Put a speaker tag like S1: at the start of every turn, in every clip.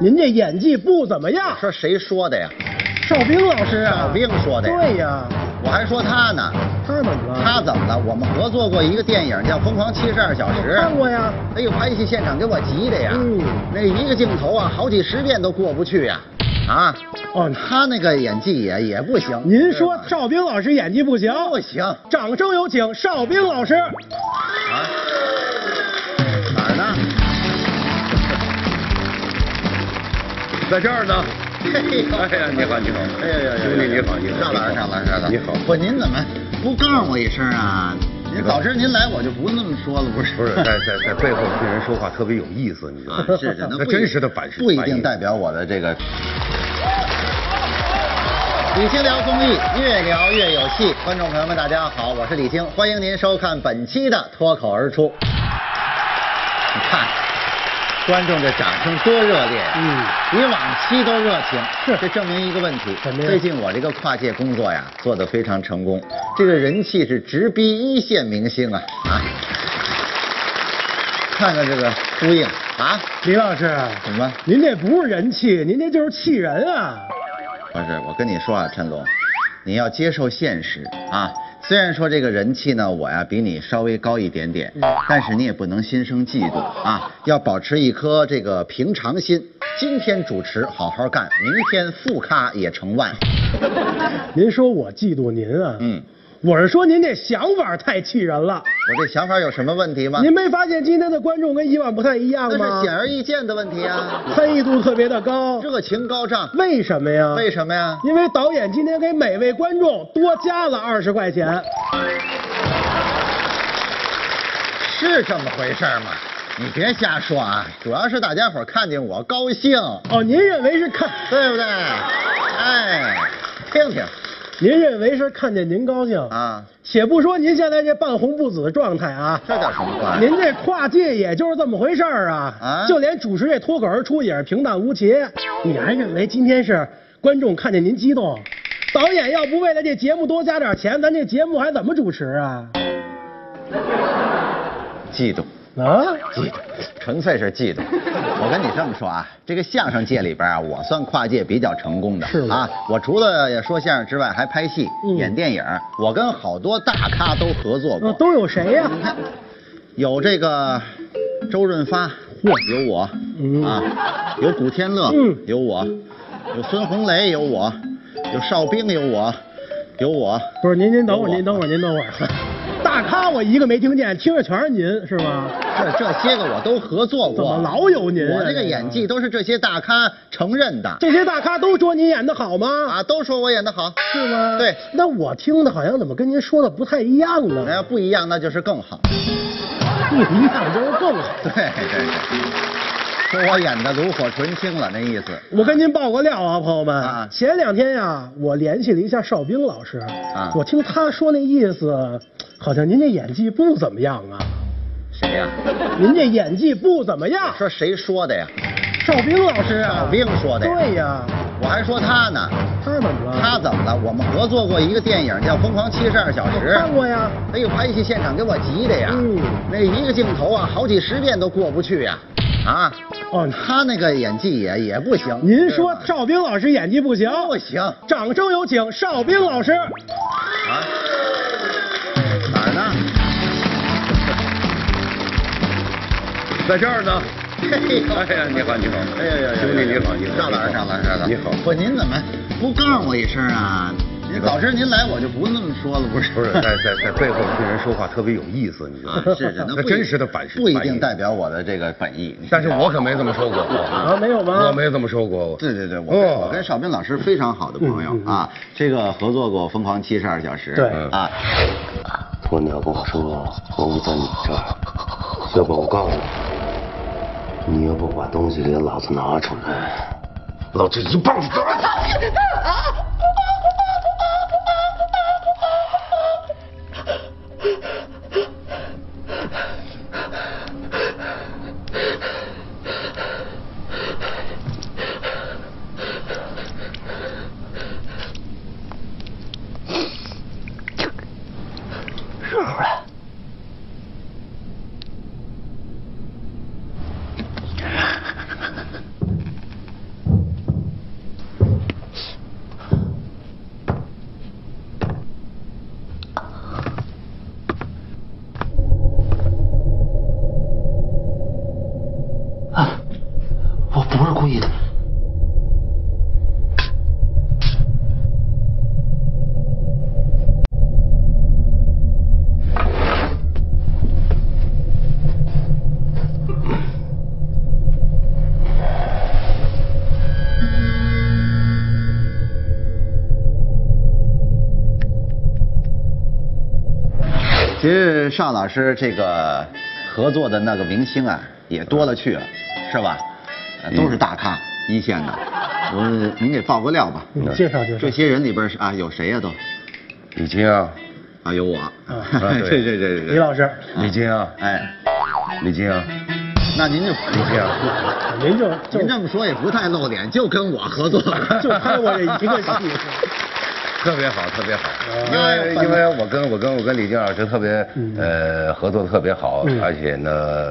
S1: 您这演技不怎么样。
S2: 说谁说的呀？
S1: 邵兵老师啊，
S2: 邵兵说的呀
S1: 对呀、
S2: 我还说他呢，
S1: 他啊怎么了？
S2: 他怎么了？我们合作过一个电影叫《疯狂七十二小时》，
S1: 看过呀。
S2: 哎呦，拍戏现场给我急的呀，
S1: 嗯
S2: 那一个镜头啊，好几十遍都过不去呀、啊，
S1: 哦
S2: 他那个演技也也不行。
S1: 您说
S2: 是吧
S1: 邵兵老师演技不行？
S2: 不行啊？
S1: 掌声有请邵兵老师。
S2: 哪儿呢？
S3: 在这儿呢。
S2: 嘿呦
S3: 哎呀，你好，你好，
S2: 哎呀呀呀！
S3: 兄弟你好，你好，
S2: 邵老师，邵老师，邵老师，
S3: 你好，
S2: 不，您怎么不告诉我一声啊？您早知您来，我就不那么说了，不是？
S3: 不是在在在背后听人说话特别有意思，你知道
S2: 啊
S3: 吗？
S2: 是是，那
S3: 那
S2: 不
S3: 真实的反是
S2: 不一定代表我的这个。李青聊综艺，越聊越有戏。观众朋友们，大家好，我是李青，欢迎您收看本期的脱口而出。你看，观众的掌声多热烈呀、
S1: 嗯
S2: 比往期都热情。
S1: 是
S2: 这证明一个问题
S1: 什么，呀
S2: 最近我这个跨界工作呀，做得非常成功，这个人气是直逼一线明星啊啊！看看这个呼应啊，
S1: 李老师，
S2: 怎么？
S1: 您这不是人气，您这就是气人啊！
S2: 不是，我跟你说啊，陈总，你要接受现实啊。虽然说这个人气呢，我呀比你稍微高一点点，
S1: 嗯
S2: 但是你也不能心生嫉妒啊，要保持一颗这个平常心。今天主持好好干，明天副咖也成万。
S1: 您说我嫉妒您啊？
S2: 嗯，
S1: 我是说您这想法太气人了。
S2: 我这想法有什么问题吗？
S1: 您没发现今天的观众跟以往不太一样
S2: 那
S1: 吗
S2: 是？显而易见的问题啊，
S1: 参与度特别的高，
S2: 热情高涨，
S1: 为什么呀？
S2: 为什么呀？
S1: 因为导演今天给每位观众多加了二十块钱。
S2: 是这么回事儿吗？你别瞎说啊，主要是大家伙儿看见我高兴。
S1: 哦，您认为是看，
S2: 对不对？哎，听听
S1: 您认为是看见您高兴？
S2: 啊，
S1: 且不说您现在这半红不紫的状态啊，
S2: 这叫什么话？
S1: 您这跨界也就是这么回事儿啊。
S2: 啊
S1: 就连主持这脱口而出也是平淡无奇。你还认为今天是观众看见您激动？导演要不为了这节目多加点钱，咱这节目还怎么主持啊？
S2: 嫉妒，
S1: 啊？
S2: 嫉妒，纯粹是 嫉妒。我跟你这么说啊，这个相声界里边啊，我算跨界比较成功的，
S1: 是吗
S2: 啊。我除了说相声之外，还拍戏、
S1: 嗯
S2: 演电影，我跟好多大咖都合作过。
S1: 那都有谁呀、
S2: 你看，有这个周润发，有我，
S1: 嗯
S2: 啊，有古天乐，
S1: 嗯
S2: 有我，有孙红雷，有我，有邵兵，有我，有我。
S1: 不是您，您等会儿，
S2: 有我
S1: 您等会儿，您等会儿。大咖我一个没听见，听着全是您是吗？
S2: 这这些个我都合作过，
S1: 怎么老有您啊
S2: 我这个演技都是这些大咖承认的
S1: 这些大咖都说您演的好吗？
S2: 啊，都说我演的好。
S1: 是吗？
S2: 对哎
S1: 那我听的好像怎么跟您说的不太一样呢？
S2: 那要不一样，那就是更好。
S1: 不一样就是更好。
S2: 对对对，说我演的炉火纯青了，那意思。
S1: 我跟您爆个料啊，朋友们，
S2: 啊
S1: 前两天呀、我联系了一下邵兵老师，
S2: 啊
S1: 我听他说那意思，好像您这演技不怎么样啊，
S2: 谁呀、
S1: 您这演技不怎么样。
S2: 说谁说的呀？
S1: 邵兵老师啊，
S2: 邵兵说的呀
S1: 对呀、
S2: 我还说他呢，
S1: 他怎么了？
S2: 他怎么了？我们合作过一个电影叫《疯狂七十二小时》，
S1: 哦看过呀。
S2: 哎呦，拍戏现场给我急的呀，
S1: 嗯
S2: 那一个镜头啊，好几十遍都过不去呀，啊，
S1: 哦，
S2: 他那个演技也也不行。
S1: 您说
S2: 对吧
S1: 邵兵老师演技不行？
S2: 不行啊？
S1: 掌声有请邵兵老师。
S2: 哪儿呢？
S3: 在这儿呢。
S2: 嘿呦
S3: 哎呀，你好，你好，
S2: 哎呀呀呀！
S3: 兄弟你好，你好，
S2: 邵老师，邵老师，邵老师
S3: 你好。
S2: 不，您怎么不告诉我一声啊？您早知您来，我就不那么说了，不是？
S3: 不是在在在背后听人说话特别有意思，你知道
S2: 啊
S3: 吗？，
S2: 是是，
S3: 那
S2: 不
S3: 真实的反是
S2: 不一
S3: 反
S2: 定
S3: 应
S2: 代表我的这个本意。
S3: 但是我可没这么说过
S1: 啊，没有吗？
S3: 我没这么说过。
S2: 对对对，我跟、
S3: 哦
S2: 我跟邵斌老师非常好的朋友、
S1: 嗯嗯嗯
S2: 啊，这个合作过《疯狂七十二小时》
S1: 对
S2: 啊，
S4: 鸵鸟跟我说我不在你这儿，要不我告诉你，你要不把东西给老子拿出来，老子一棒子打死你！
S2: 与邵老师这个合作的那个明星啊，也多了去了，是吧？呃都是
S4: 嗯
S2: 大咖，一线的。我您给爆个料吧，
S1: 嗯介绍介绍
S2: 这些人里边是啊，有谁呀、都？
S3: 李菁啊，
S2: 啊，有我。
S3: 啊
S2: 对对
S3: 对
S2: 对对。
S1: 嗯李老师，
S3: 李菁啊，
S2: 哎，
S3: 李菁啊，
S2: 那您就
S3: 李菁啊，
S1: 您就就
S2: 您这么说也不太露脸，就跟我合作，
S1: 就拍我这一个戏，
S3: 特别好，特别好。因
S2: 哎
S3: 为因为我跟我跟我跟李菁老师特别
S1: 啊嗯
S3: 呃合作的特别好
S1: 嗯，
S3: 而且呢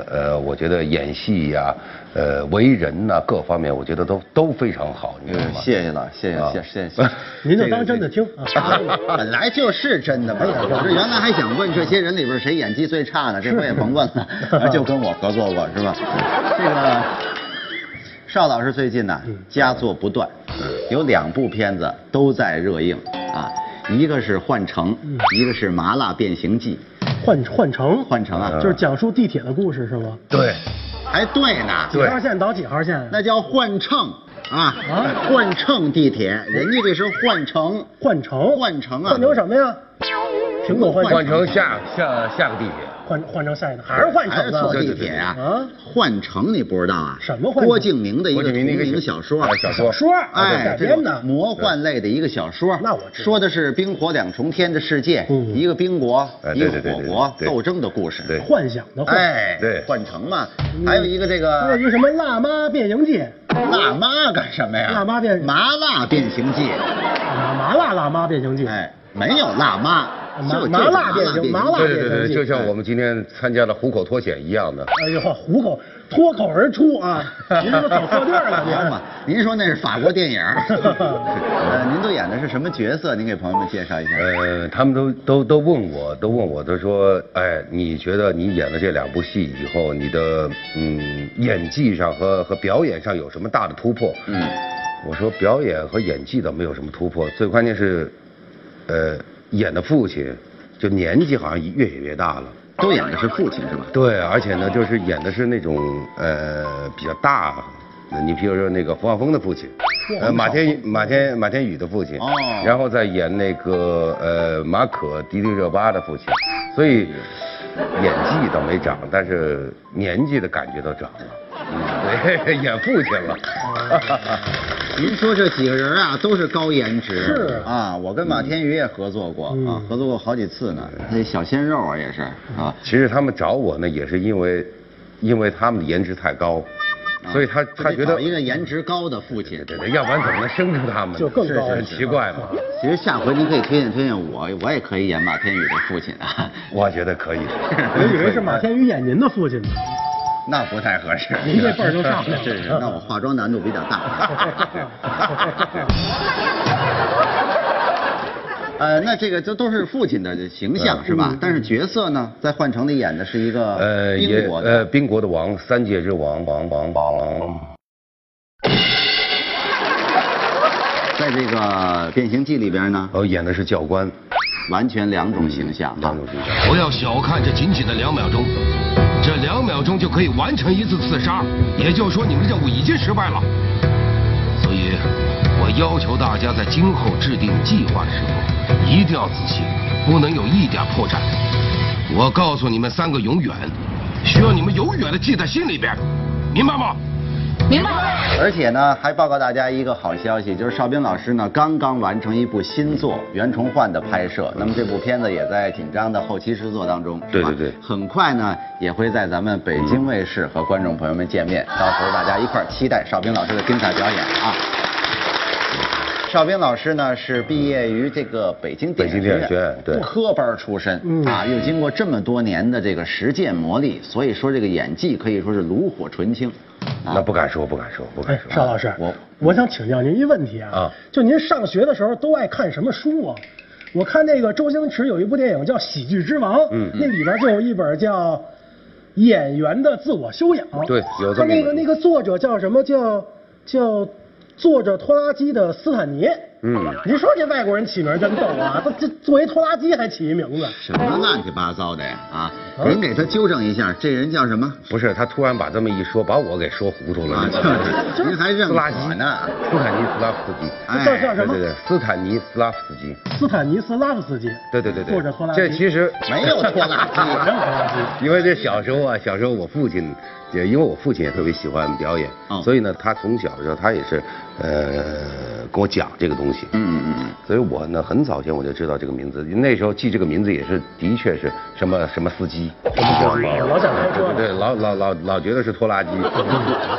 S3: 呃我觉得演戏呀、呃为人呐、各方面我觉得都都非常好，你知道
S2: 嗯
S3: 吗？
S2: 谢谢了，谢谢，谢谢谢 谢。
S1: 您就当真的听啊。
S2: 本来就是真的嘛，我这原来还想问这些人里边谁演技最差呢，这回也甭问 了，啊就跟我合作过是吧？这个邵老师最近呢
S1: 嗯
S2: 佳作不断，有两部片子都在热映啊，一个是《幻城》，
S1: 嗯
S2: 一个是《麻辣变形记
S1: 换换乘，》。
S2: 幻城啊，
S1: 就是讲述地铁的故事是吗？
S3: 对，
S2: 还对呢，
S1: 几号线倒几号线？
S2: 那叫换乘啊
S1: 啊，
S2: 换乘地铁，人家这是换乘。
S1: 换乘，
S2: 换乘啊
S1: 换成什么呀？苹果换
S3: 换成下下下个地铁。
S1: 换换成下一个，还是换
S2: 还
S1: 乘
S2: 是
S1: 呢
S2: 坐？地铁呀、
S1: 啊
S2: 换乘你不知道啊？
S1: 什么换乘
S2: 郭敬明的一个
S3: 郭
S2: 同
S3: 敬明的一个
S2: 名
S3: 小
S2: 小说
S3: 哎，小说
S1: 说啊，
S2: 哎
S1: 改，
S2: 这
S1: 编
S2: 个
S1: 的。
S2: 魔幻类的一个小说，
S1: 那我知道
S2: 说的是冰火两重天的世界，
S1: 嗯
S2: 一个冰国，
S3: 哎
S2: 一个
S3: 对对对
S2: 火
S3: 对
S2: 国
S3: 对
S2: 斗争的故事。
S3: 对
S1: 幻想的幻，
S2: 哎，
S3: 对
S2: 换乘嘛，还有一个这
S1: 还有一
S2: 个
S1: 个什么辣妈变形记，
S2: 辣妈干什么呀？
S1: 辣妈变
S2: 麻辣变形记，
S1: 啊麻辣辣妈变形记，
S2: 哎，没有辣妈，
S1: 嗯麻
S2: 就
S1: 麻
S2: 就是
S1: 辣变形，麻辣
S3: 对
S1: 变形
S3: 对
S1: 记，
S3: 对对，就像我们今天参加了虎口脱险一样的。
S1: 哎呦，虎口脱口而出 啊！您是走错地儿了，
S3: 哎
S2: 好嘛
S1: 您。，
S2: 您说那是法国电影儿， 呃，您都演的是什么角色？您给朋友们介绍一下。
S3: 呃，他们都都都问我，都问我，都说，哎，你觉得你演了这两部戏以后，你的嗯演技上和和表演上有什么大的突破？
S2: 嗯，
S3: 我说表演和演技倒没有什么突破，最关键是，呃，演的父亲，就年纪好像越演越大了。
S2: 都演的是父亲是吧？
S3: 对，而且呢，就是演的是那种呃比较大，你譬如说那个冯晓峰的父亲，呃马天宇马天马天宇的父亲，
S2: 哦
S3: 然后再演那个呃马可迪丽热巴的父亲，所以演技倒没长，但是年纪的感觉倒长了，嗯， 对，演父亲了。
S2: 您说这几个人啊，都是高颜值。
S1: 是
S2: 啊，我跟马天宇也合作过、
S1: 嗯
S2: 啊，合作过好几次呢。那小鲜肉啊，也是啊。
S3: 其实他们找我呢，也是因为因为他们的颜值太高，所以他
S2: 就
S3: 他
S2: 啊得
S3: 觉
S2: 找
S3: 得
S2: 一个颜值高的父亲。
S3: 对对，要不然怎么能生出他们呢？
S1: 就更高
S3: 很奇怪嘛。
S2: 其实下回您可以推荐推荐我，我也可以演马天宇的父亲啊。
S3: 我觉得可 以。
S1: 我以为是马天宇演您的父亲 呢，
S2: 那不太合适，
S1: 您这辈儿就上去了
S2: 是是，那我化妆难度比较 大。呃，那这个这都是父亲的形
S1: 嗯
S2: 象是吧？但是角色呢，在《幻城》里演的是一个
S3: 呃，也
S2: 英国的
S3: 呃，宾国的王，三界之王，王王王王。
S2: 在这个《变形记》里边呢，
S3: 哦，演的是教官，
S2: 完全两种形象啊。
S3: 当中是教官。
S5: 不要小看这仅仅的两秒钟，这两秒钟就可以完成一次刺杀，也就是说你们的任务已经失败了。所以，我要求大家在今后制定计划的时候，一定要仔细，不能有一点破绽。我告诉你们三个永远，需要你们永远的记在心里边，明白吗？
S6: 明白。
S2: 而且呢，还报告大家一个好消息，就是邵兵老师呢刚刚完成一部新作《袁崇焕》的拍摄，那么这部片子也在紧张的后期制作当中。是吧
S3: 对对对
S2: 很快呢也会在咱们北京卫视和观众朋友们见面，到时候大家一块儿期待邵兵老师的精彩表演啊！邵兵老师呢是毕业于这个北京电影
S3: 北京电影学院对
S2: 科班出身、
S1: 嗯
S2: 啊，又经过这么多年的这个实践磨砺，所以说这个演技可以说是炉火纯青。啊
S3: 那不敢说，不敢说，不敢
S1: 哎，
S3: 说。
S1: 邵老师，
S2: 我
S1: 我想请教您一问题啊，
S3: 啊
S1: 就您上学的时候都爱看什么书啊？我看那个周星驰有一部电影叫《喜剧之王》，
S3: 嗯
S1: 那里边就有一本叫《演员的自我修养》，
S3: 对有
S1: 他
S3: 这么一
S1: 那
S3: 本
S1: 个那个作者叫什么？叫叫作者拖拉机的斯坦尼。
S3: 嗯，
S1: 您说这外国人起名真逗啊，这这作为拖拉机还起一名字，
S2: 什
S3: 哎
S2: 么乱七八糟的呀？啊，您给他纠正一下，这人叫什么？
S3: 不是，他突然把这么一说，把我给说糊涂了。
S2: 啊，
S3: 你知
S2: 就
S3: 道吗
S2: 是您还认
S3: 斯拉基
S2: 可呢？哎
S3: 斯坦尼斯拉夫斯基。
S1: 这哎叫叫什
S3: 对
S1: 么
S3: 对？对，斯坦尼斯拉夫斯基。
S1: 斯坦尼斯拉夫斯基，
S3: 对对对对，
S1: 或者拖拉机，
S3: 这其实
S2: 没有拖拉
S1: 没有
S2: 机。
S1: 拖拉机。
S3: 因为这小时候啊，小时候我父亲，也因为我父亲也特别喜欢表演，
S2: 哦
S3: 所以呢，他从小的时候他也是，呃，跟我讲这个东西。
S2: 嗯嗯嗯，
S3: 所以我呢，很早前我就知道这个名字，那时候记这个名字也是，的确是什么什么司机，什么什么
S1: 老想开车
S3: 对对对，老老老老觉得是拖拉机，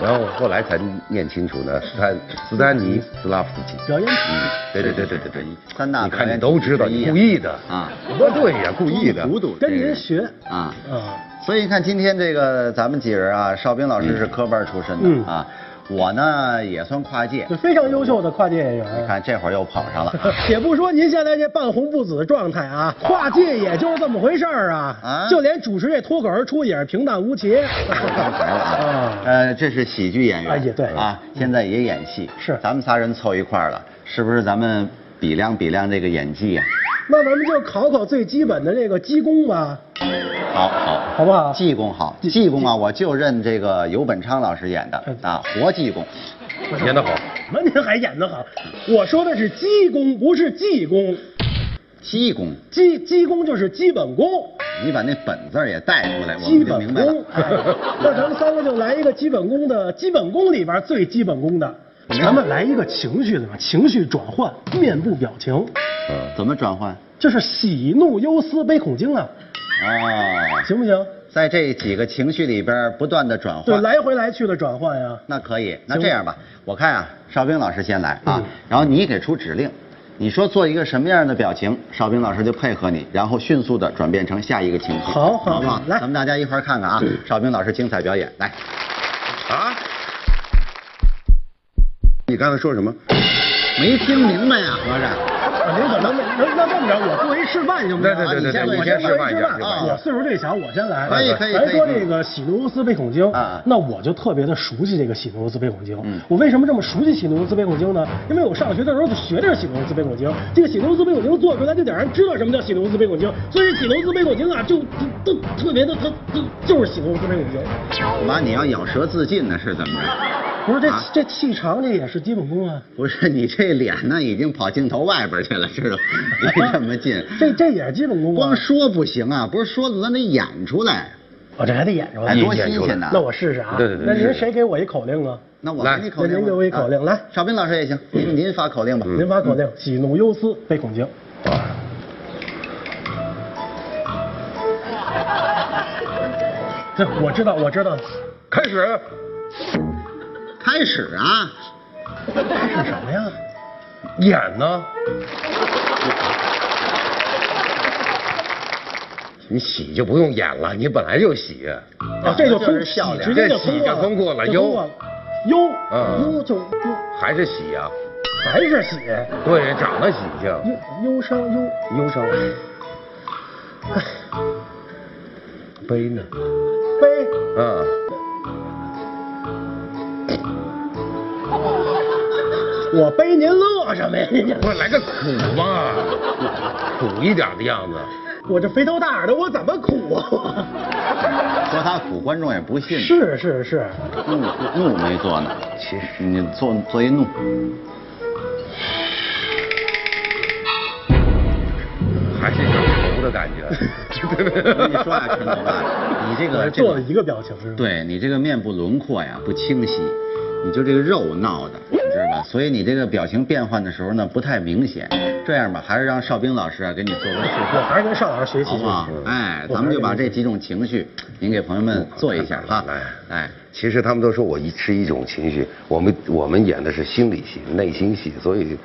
S3: 然后后来才念清楚呢，他斯丹尼斯拉夫斯基。
S1: 表演体
S3: 嗯，对对对对对对，
S2: 三大
S3: 你看
S2: 表
S3: 你
S2: 演
S3: 都知道，
S2: 之一
S3: 你
S2: 啊
S3: 故意的
S2: 啊，
S3: 对呀，故意的，
S2: 糊涂
S1: 跟您学
S2: 啊。
S1: 啊，
S2: 所以你看，今天这个咱们几人啊，邵兵老师是科班出身的、
S1: 嗯
S2: 啊，我呢也算跨界。
S1: 就非常优秀的跨界演
S2: 你
S1: 员。
S2: 看这会儿又捧上了啊
S1: 也不说您现在这半红不紫的状态啊，跨界也就是这么回事儿啊，
S2: 啊
S1: 就连主持这脱口而出也是平淡无奇。
S2: 刚才了啊，呃，这是喜剧演员，
S1: 啊嗯也对
S2: 啊，现在也演戏，
S1: 是
S2: 咱们仨人凑一块儿了，是不是？咱们比量比量这个演技呀、
S1: 那咱们就考考最基本的这个基功吧，
S2: 好好，
S1: 好不好？
S2: 济公好，济公啊，我就认这个尤本昌老师演的
S1: 呃
S2: 啊，活济公，
S3: 演得好。
S1: 什么 您还演得好？我说的是基功，不是技功。
S2: 济公，
S1: 基基功就是基本功，
S2: 你把那本字儿也带出来，我
S1: 基
S2: 们就
S1: 本
S2: 明白了
S1: 功。。哎那咱们三个就来一个基本功的，基本功里边最基本功的，咱们来一个情绪里边情绪转换，面部表情，
S3: 嗯，
S2: 怎么转换？
S1: 就是喜怒忧思悲恐惊啊，
S2: 哦，
S1: 行不行？
S2: 在这几个情绪里边儿不断的转
S1: 对，
S2: 换。
S1: 来回来去的转换呀。
S2: 那可以，那
S1: 行
S2: 这样吧，我看啊，邵兵老师先来啊
S1: 嗯，
S2: 然后你给出指令，你说做一个什么样的表情，邵兵老师就配合你，然后迅速的转变成下一个情绪，
S1: 好好
S2: 好不好
S1: 好？来嗯
S2: 咱们大家一块儿看看啊，邵兵老师精彩表演，来，
S3: 啊？你刚才说什么？
S2: 没听明白呀，合着，
S1: 啊您可能没那那这么着，我作为示范行不行？
S3: 对对对对
S1: 啊
S2: 对
S1: 我
S2: 你先
S1: 先
S2: 示
S1: 我
S3: 范一
S1: 先
S3: 下
S1: 示
S2: 范一
S3: 示
S1: 范。啊
S2: 下
S1: 我岁数最小，我先来。
S2: 可以可以
S1: 咱
S2: 可以
S1: 说
S2: 可以
S1: 这个喜怒忧思悲恐惊
S2: 啊嗯
S1: 那我就特别的熟悉这个喜怒忧思悲恐惊。我为什么这么熟悉喜怒忧思悲恐惊呢？因为我上学的时候就学这个喜怒忧思悲恐惊，这个喜怒忧思悲恐惊做出来就得让人知道什么叫喜怒忧思悲恐惊，所以喜怒忧思悲恐惊啊，就就就特别的，它就就是喜怒忧思悲恐惊。
S2: 妈，你要咬舌自尽呢是怎么着？
S1: 不是这
S2: 啊
S1: 这气场这也是基本功啊。，
S2: 不是，你这脸呢已经跑镜头外边去了，知道吗？离这么近
S1: 这这也是基本功啊。
S2: 光说不行啊，不是说的咱得演出来，
S1: 我这还得哦演着吧
S2: 哎，？多
S3: 演
S2: 新
S3: 出来
S2: 鲜呐！
S1: 那我试试啊。
S3: 对对对
S1: 那您
S3: 是
S1: 谁给我一口令啊？
S2: 那我
S3: 来
S2: 给你口令吧，
S1: 那您给我一口令
S2: 啊
S1: 来嗯
S2: 邵斌老师也行，您您发口令吧。
S1: 您发口令：喜怒忧思悲恐惊。
S3: 啊。
S1: 这我知道，我知道。
S3: 开始，
S2: 开始啊，
S1: 这是什么呀？
S3: 演呢？你喜就不用演了，你本来就喜。
S1: 啊，这就
S2: 就是
S1: 通
S2: 笑脸
S1: 直接就
S3: 这
S1: 通
S3: 喜
S1: 过
S3: 就通过了
S1: 就通过了。忧
S3: 嗯
S1: 忧就忧，
S3: 还是喜呀、
S1: 还是喜
S3: 对，长得喜庆。
S1: 忧忧伤忧忧伤。唉
S3: 悲呢？
S1: 悲
S3: 嗯。
S1: 我悲您乐什么呀？您这
S3: 不是来个苦嘛，苦一点的样子。
S1: 我这肥头大耳的，我怎么苦啊？
S2: 说他苦，观众也不信。
S1: 是是是，
S2: 怒怒没做呢，其实你做 做一怒，
S3: 还是有愁的感觉。
S2: 我跟你说啊，陈总 啊，你这
S1: 我
S2: 个这
S1: 做了
S2: 个，
S1: 一个表情是吧？
S2: 对你这个面部轮廓呀不清晰，你就这个肉闹的，你知道吧？所以你这个表情变换的时候呢不太明显。这样吧，还是让邵兵老师啊给你做个示
S1: 我
S2: 范。
S1: 还是跟邵老师学习
S2: 好
S1: 学
S2: 不好
S1: 习。？
S3: 嗯
S2: 哎，咱们就把这几种情绪，您给朋友们做一下哈。
S3: 来，
S2: 哎，
S3: 其实他们都说我一是一种情绪，我们我们演的是心理戏、内心戏，所以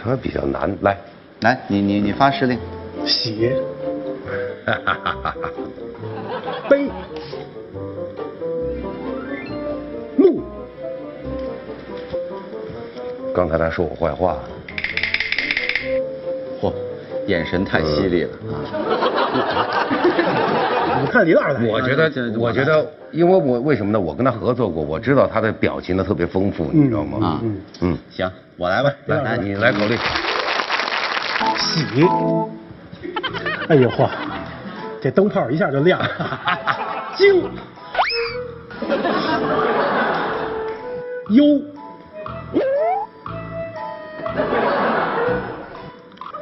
S3: 还比较难。来，
S2: 来，你你你发施令，
S1: 喜，悲，怒，
S3: 刚才他说我坏话，嗯
S2: 嚯，眼神太犀利了啊！
S1: 你看李老师来，
S3: 我觉
S2: 这这
S3: 得，
S2: 这
S3: 我觉得，因为我为什么呢？我跟他合作过，我知道他的表情呢特别丰富，你知道吗？
S2: 啊，
S1: 嗯
S3: 嗯，
S2: 行，我来吧，
S3: 来，你来考虑。
S1: 喜，哎呦嚯，这灯泡一下就亮了，惊，忧，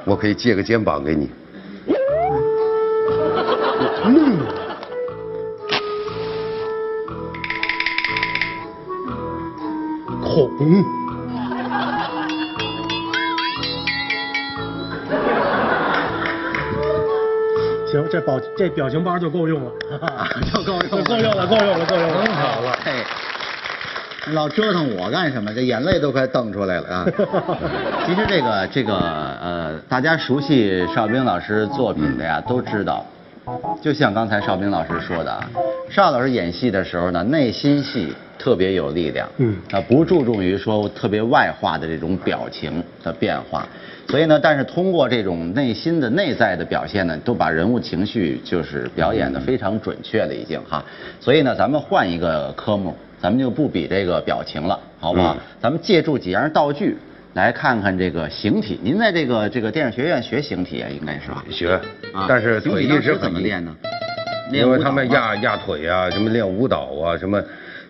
S3: 我可以借个肩膀给你。
S1: 恐，行，这表这表情包就够用了，
S2: 就啊够用了
S1: 够用了，够用了，够用了，
S2: 好了，嘿，老折腾我干什么？这眼泪都快瞪出来了啊！其实这个这个呃，大家熟悉邵兵老师作品的呀，都知道。就像刚才邵兵老师说的啊，邵老师演戏的时候呢，内心戏特别有力量，
S1: 嗯
S2: 啊，不注重于说特别外化的这种表情的变化，所以呢，但是通过这种内心的内在的表现呢，都把人物情绪就是表演的非常准确了已经哈，所以呢，咱们换一个科目，咱们就不比这个表情了，好不好？
S3: 嗯
S2: 咱们借助几样道具来看看这个形体。您在这个这个电影学院学形体啊，应该是吧？
S3: 学
S2: 啊，
S3: 但是
S2: 形
S3: 腿
S2: 体
S3: 一
S2: 当
S3: 直
S2: 时
S3: 很
S2: 怎么
S3: 硬
S2: 练呢？
S3: 因为他们
S2: 练舞蹈吗
S3: 压压腿啊，什么练舞蹈啊，什么，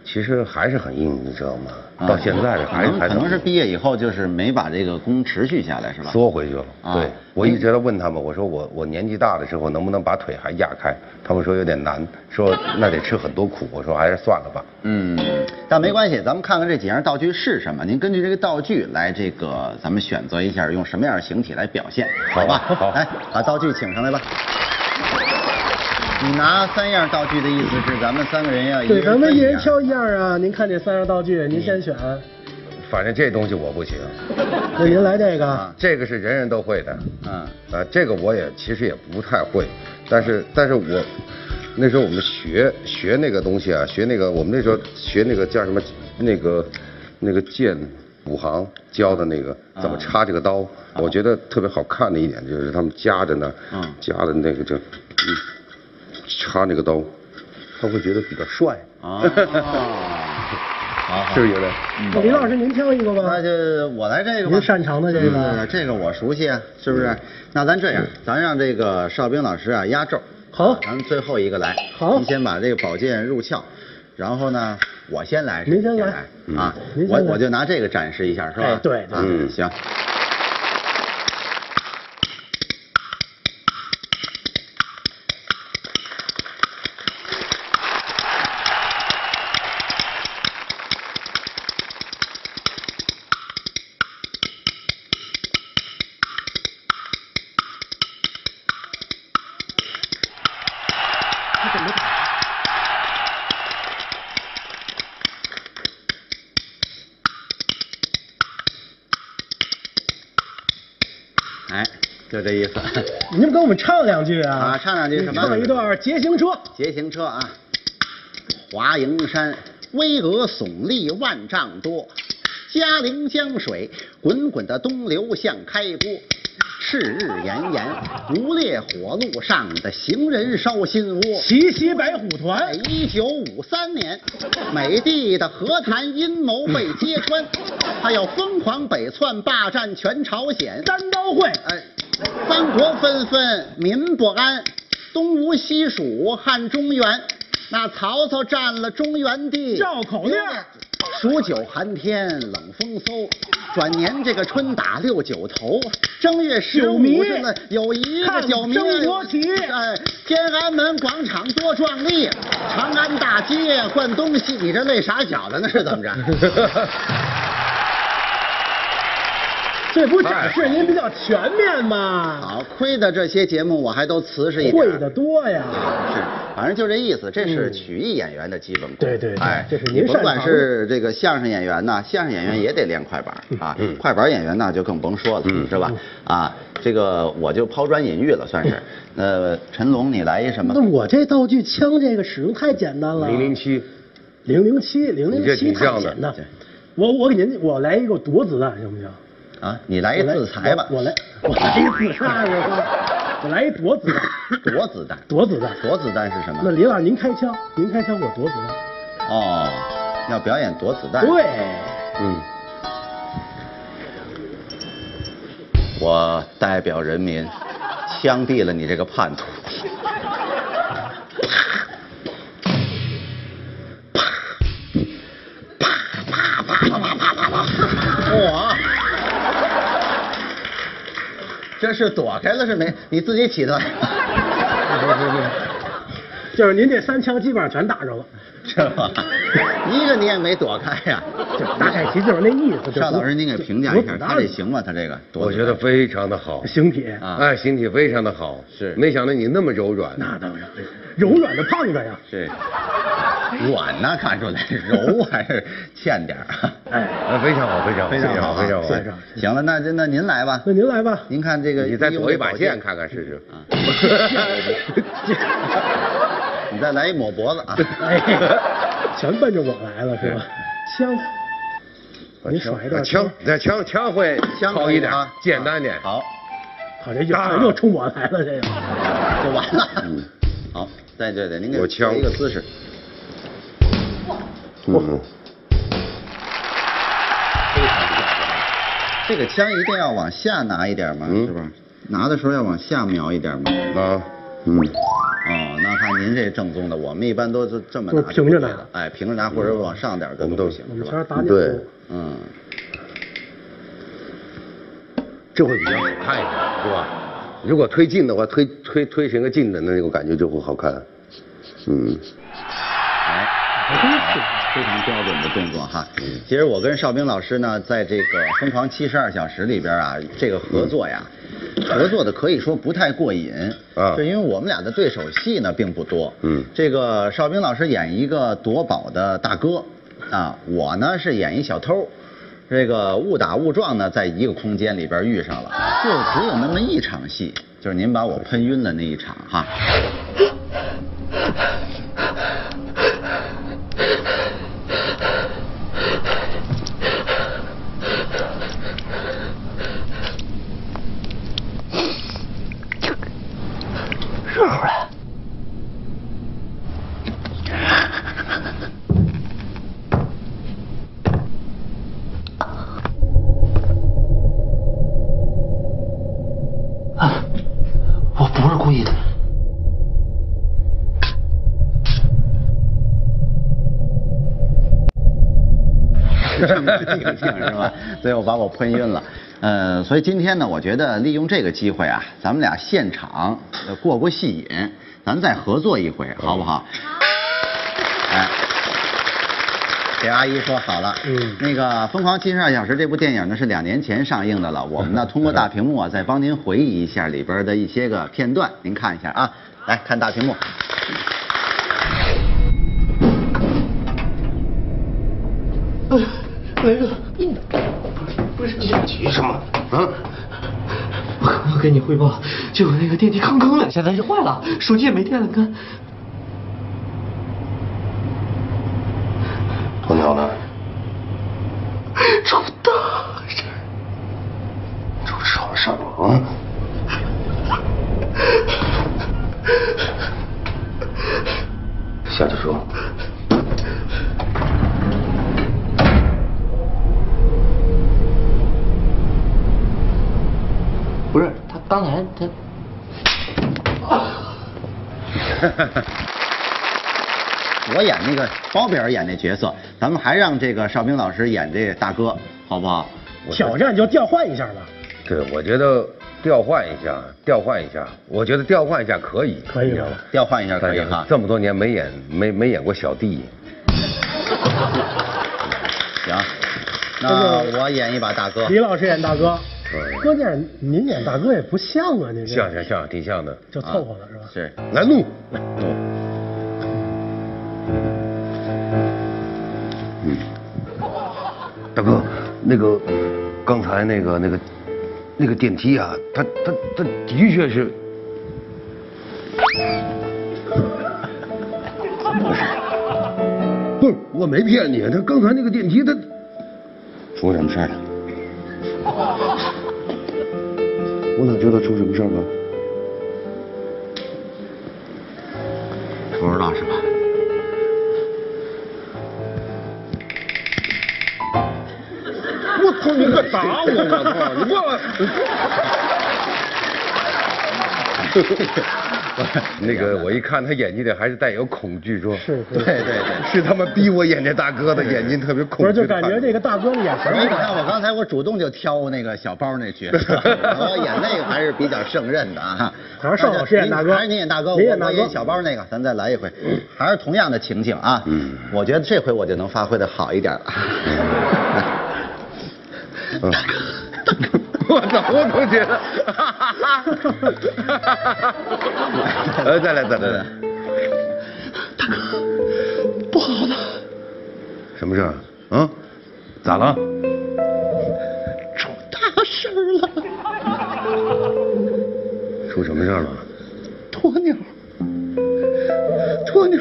S3: 其实还是很硬，你知道吗？到现在
S2: 啊可
S3: 还
S2: 能
S3: 还
S2: 可能是毕业以后就是没把这个功持续下来，是吧？
S3: 缩回去了。
S2: 啊
S3: 对，我一直在问他们，我说我我年纪大的时候能不能把腿还压开？他们说有点难，说那得吃很多苦。我说还是算了吧。
S2: 嗯，但没关系，咱们看看这几样道具是什么。您根据这个道具来这个，咱们选择一下用什么样的形体来表现，好吧？
S3: 好好
S2: 来把道具请上来吧。你拿三样道具的意思是咱们三个嗯人要一
S1: 对，
S2: 人
S1: 咱们
S2: 分
S1: 一人
S2: 样
S1: 挑一样啊。您看这三样道具，您先选，
S3: 反正这东西我不行，
S1: 那您来这个
S2: 啊，
S3: 这个是人人都会的。
S2: 嗯，
S3: 呃，这个我也其实也不太会，但是但是我那时候我们学学那个东西啊，学那个我们那时候学那个叫什么那个那个剑武行教的那个
S2: 啊
S3: 怎么插这个刀，我觉得特别好看的一点就是他们夹着呢，
S2: 嗯
S3: 夹着那个就嗯插那个刀，他会觉得比较帅，
S2: 哦
S3: 是不是有点？
S2: 嗯
S1: 那李老师您挑一个吧
S2: 那。就我来这个吧。
S1: 您擅长的这个嗯
S2: 嗯这个我熟悉啊，是不是？那咱这样，咱让这个邵兵老师啊压轴。
S1: 好
S2: 咱们最后一个来。
S1: 好
S2: 您先把这个宝剑入鞘，然后呢，我先来。
S1: 您先来嗯
S2: 啊
S1: 您，
S2: 我
S1: 先来
S2: 我就拿这个展示一下，是
S1: 哎
S2: 吧？
S1: 对对
S2: 啊
S3: 嗯
S2: 行。哎，就这意思。
S1: 你们给我们唱两句啊！
S2: 啊唱两句
S1: 你
S2: 什么
S1: 唱一段《捷行车》。
S2: 捷行车啊，华蓥山巍峨耸立万丈多，嘉陵江水滚滚的东流向开锅。赤日炎炎，如烈火路上的行人烧心窝。
S1: 奇袭白虎团
S2: 在，一九五三年，美帝的和谈阴谋被揭穿，他要疯狂北窜，霸占全朝鲜。
S1: 单刀会，
S2: 哎，三国纷纷，民不安，东吴西蜀汉中原。那曹操占了中原地，
S1: 绕口
S2: 哎
S1: 令儿
S2: 数九寒天冷风嗖，转年这个春打六九头，正月十
S1: 九
S2: 五
S1: 迷
S2: 是了有一个
S1: 看
S2: 九迷
S1: 中国旗
S2: 哎，天安门广场多壮丽，长安大街灌东西，你这累傻小子呢 是怎么着？
S1: 这不展示您比较全面吗？
S2: 哎好，亏得这些节目我还都瓷实一点儿。
S1: 会的多呀，
S2: 是，反正就这意思，这是
S1: 嗯
S2: 曲艺演员的基本功。
S1: 对对对
S2: 哎，
S1: 这是
S2: 你
S1: 您
S2: 甭
S1: 擅
S2: 管
S1: 长
S2: 是这个相声演员呐，相声演员也得练快板
S1: 嗯
S2: 儿啊，快板演员那就更甭说了，是吧？啊，这个我就抛砖引玉了，算是。呃，陈龙，你来一什么
S1: 嗯那？我这道具枪这个使用太简单了。
S3: 零零七，
S1: 零零七零
S3: 你
S1: 零
S3: 这
S1: 七
S3: 挺
S1: 太
S3: 像的
S1: 简单。我我给您我来一个夺子弹行不行？
S2: 啊，你来
S1: 我
S2: 一自裁吧。
S1: 我来我来一自裁我吧。我来一躲子弹，
S2: 躲子弹，
S1: 躲子弹。
S2: 躲子弹是什
S1: 那
S2: 么？
S1: 林老，您开枪，您开枪，我躲子弹。
S2: 哦，要表演躲子弹。
S1: 对，
S2: 嗯，我代表人民枪毙了你这个叛徒。我，这是躲开了是没？你自己起的。
S1: 就是您这三枪基本上全打着了。
S2: 这一个你也没躲开呀、
S1: 就大概其就是那意思。就是
S2: 邵老师，您给评价一下，
S1: 躲
S2: 他这行吗？他这个，躲
S3: 我觉得非常的好，
S1: 形体，
S2: 啊
S3: 哎，形体非常的好，
S2: 是
S3: 没想到你那么柔软，啊
S1: 那当然，柔软的胖子呀。
S2: 是软呐，看出来柔啊还是欠点儿啊。
S1: 哎，
S3: 哎，非常好，非常好，
S2: 非常好啊，
S3: 非常好。
S1: 非常好
S2: 行了，那就那您来吧
S1: 那，您来吧。
S2: 您看这个，
S3: 你再躲一把剑看看试试。
S2: 嗯你再来一抹脖子啊。
S1: 哎， 全奔着我来了是吧？
S2: 哎
S1: 枪， 您甩一
S3: 啊
S1: 段
S3: 枪，那枪枪会
S2: 枪
S3: 好
S2: 可以
S3: 一点
S2: 啊，
S3: 简单点。
S2: 好，
S1: 好，这
S2: 啊
S1: 又又冲我来了，这个。
S2: 就完了。 好，对对对，您给
S3: 嗯有枪
S2: 做一个姿势。
S4: 嗯，
S2: 这个枪一定要往下拿一点嘛，
S3: 嗯
S2: 是吧？拿的时候要往下瞄一点嘛。
S3: 啊，
S4: 嗯，
S2: 哦，那看您这正宗的，我们一般都是这么拿
S1: 就
S2: 就
S1: 平
S2: 是
S1: 着拿
S2: 可以了哎，平着拿或者往上点儿这都
S3: 我们都
S2: 不行
S1: 我，们
S2: 是
S1: 全是
S2: 吧？
S1: 打鸟。
S3: 对
S2: 嗯，
S3: 这会比较好看一点，是吧？如果推进的话，推推推成个近的，那种感觉就会好看。嗯，
S2: 哎，非常标准的动作哈。其实我跟邵兵老师呢，在这个《疯狂七十二小时》里边啊，这个合作呀，合作的可以说不太过瘾
S3: 啊
S2: 就因为我们俩的对手戏呢并不多。
S3: 嗯
S2: 这个邵兵老师演一个夺宝的大哥啊，我呢是演一小偷。这个误打误撞呢，在一个空间里边遇上了，就只有那么一场戏，就是您把我喷晕的那一场哈。
S4: 我不是故意的。
S2: 这么定性是吧？所以我把我喷晕了。呃，所以今天呢，我觉得利用这个机会啊，咱们俩现场呃过过戏瘾，咱们再合作一回，好不好？哎，给阿姨说好了。
S1: 嗯
S2: 那个《疯狂七十二小时》这部电影呢是两年前上映的了，我们呢通过大屏幕啊再帮您回忆一下里边的一些个片段，您看一下啊。来看大屏幕，
S4: 急什么？啊？我我跟你汇报，就那个电梯吭吭两下，但是坏了，手机也没电了，你看。鸵鸟呢？出大事儿！出什么事儿了啊？下去说。不是，他刚才他
S2: 我演那个包贝尔演那角色，咱们还让这个邵兵老师演这大哥，好不好？
S1: 挑战就调换一下吧，
S3: 对，我觉得调换一下，调换一下，我觉得调换一下可以，
S1: 可以
S3: 你知道
S1: 吧
S3: 吗？？
S2: 调换一下可以
S3: 大
S2: 哈
S3: 家。这么多年没演没没演过小弟，
S2: 行，那我演一把大哥。
S1: 李老师演大哥
S3: 嗯，
S1: 关键是您演大哥也不像啊，您这
S3: 像像像，挺像的。
S1: 就凑合了是吧？
S2: 是，
S3: 来怒，
S4: 嗯大哥，那个刚才那个那个那个电梯啊，它它它的确是。
S3: 不是我没骗你，他刚才那个电梯他
S4: 出什么事儿了？我哪知道出什么事儿了？
S2: 不知道是吧？
S3: 我操！你快打我！我操！你过来！那个，我一看他眼睛里还是带有恐惧，说
S1: 是
S3: 对对 对，是他们逼我演这大哥的，眼睛特别恐
S1: 不
S3: 惧。
S1: 是，就感觉这个大哥的眼神
S2: 你
S1: 儿，
S2: 看我刚才我主动就挑那个小包那角 色，我演那个还是比较胜任的啊。
S1: 还是邵老师演大哥
S2: 还是你演大哥，我
S1: 你演大哥
S2: 我演小包那个，咱再来一回，还是同样的情境啊。
S3: 嗯
S2: 我觉得这回我就能发挥的好一 点了。
S3: 嗯我操！我都觉 得，哈哈哈哈哈哈！ 呃，再来，再来，再来。大哥，不好 了！什么事儿？嗯，咋了？
S6: 大事儿了，
S3: 出什么事儿了？
S6: 鸵鸟， 鸵鸟，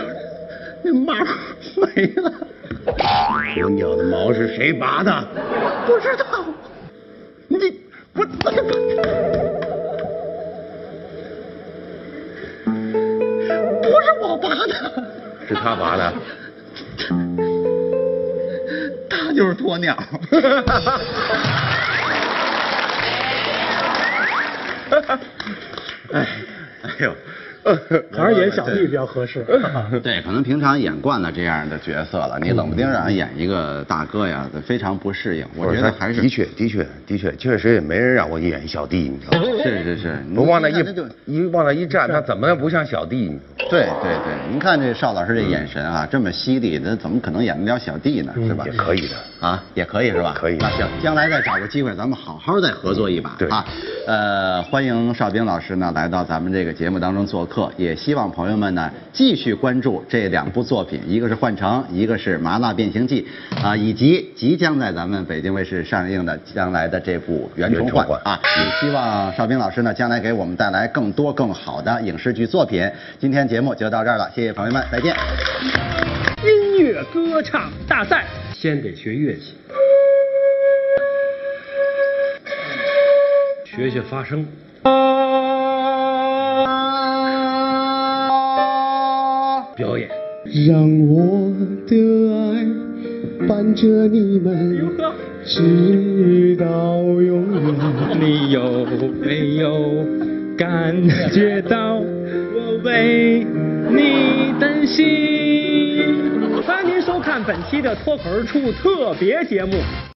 S6: 那毛没了，
S3: 鸵鸟的毛是谁拔的？
S6: 不知道，你我不是我拔的，
S3: 是他拔的。
S2: 他就是鸵鸟。
S3: 哎 呦，
S1: 还是演小弟比较合适。
S2: 对，可能平常演惯了这样的角色了，你冷不丁让人演一个大哥呀，非常不适应。我觉得还是
S3: 的确，的确，的确，确实也没人让我演小弟，你知 道吗？
S2: 是是是，
S3: 我往那
S2: 你
S3: 一
S2: 看这就
S3: 一往那一站，他怎么不像小弟呢？
S2: 对对对，您看这邵老师这眼神啊，这么犀利，那怎么可能演得了小弟呢？是吧？
S3: 也可以的。
S2: 啊，也可以是吧？
S3: 可以
S2: 那行，将来再找个机会，咱们好好再合作一把、
S3: 对
S2: 啊。呃，欢迎邵兵老师呢来到咱们这个节目当中做客，也希望朋友们呢继续关注这两部作品，一个是《幻城》，一个是《麻辣变形记》啊，以及即将在咱们北京卫视上映的将来的这部《袁
S3: 袁
S2: 崇
S3: 崇
S2: 焕》
S3: 焕
S2: 啊。也希望邵兵老师呢将来给我们带来更多更好的影视剧作品。今天节目就到这儿了，谢谢朋友们，再见。
S1: 音乐歌唱大赛，
S7: 先得学乐器，学学发声。表演，
S6: 让我的爱伴着你
S1: 如
S6: 们
S1: 何？
S6: 直到永远。
S7: 你有没有感觉到我为你担心？
S1: 欢迎您收看本期的脱口而出特别节目。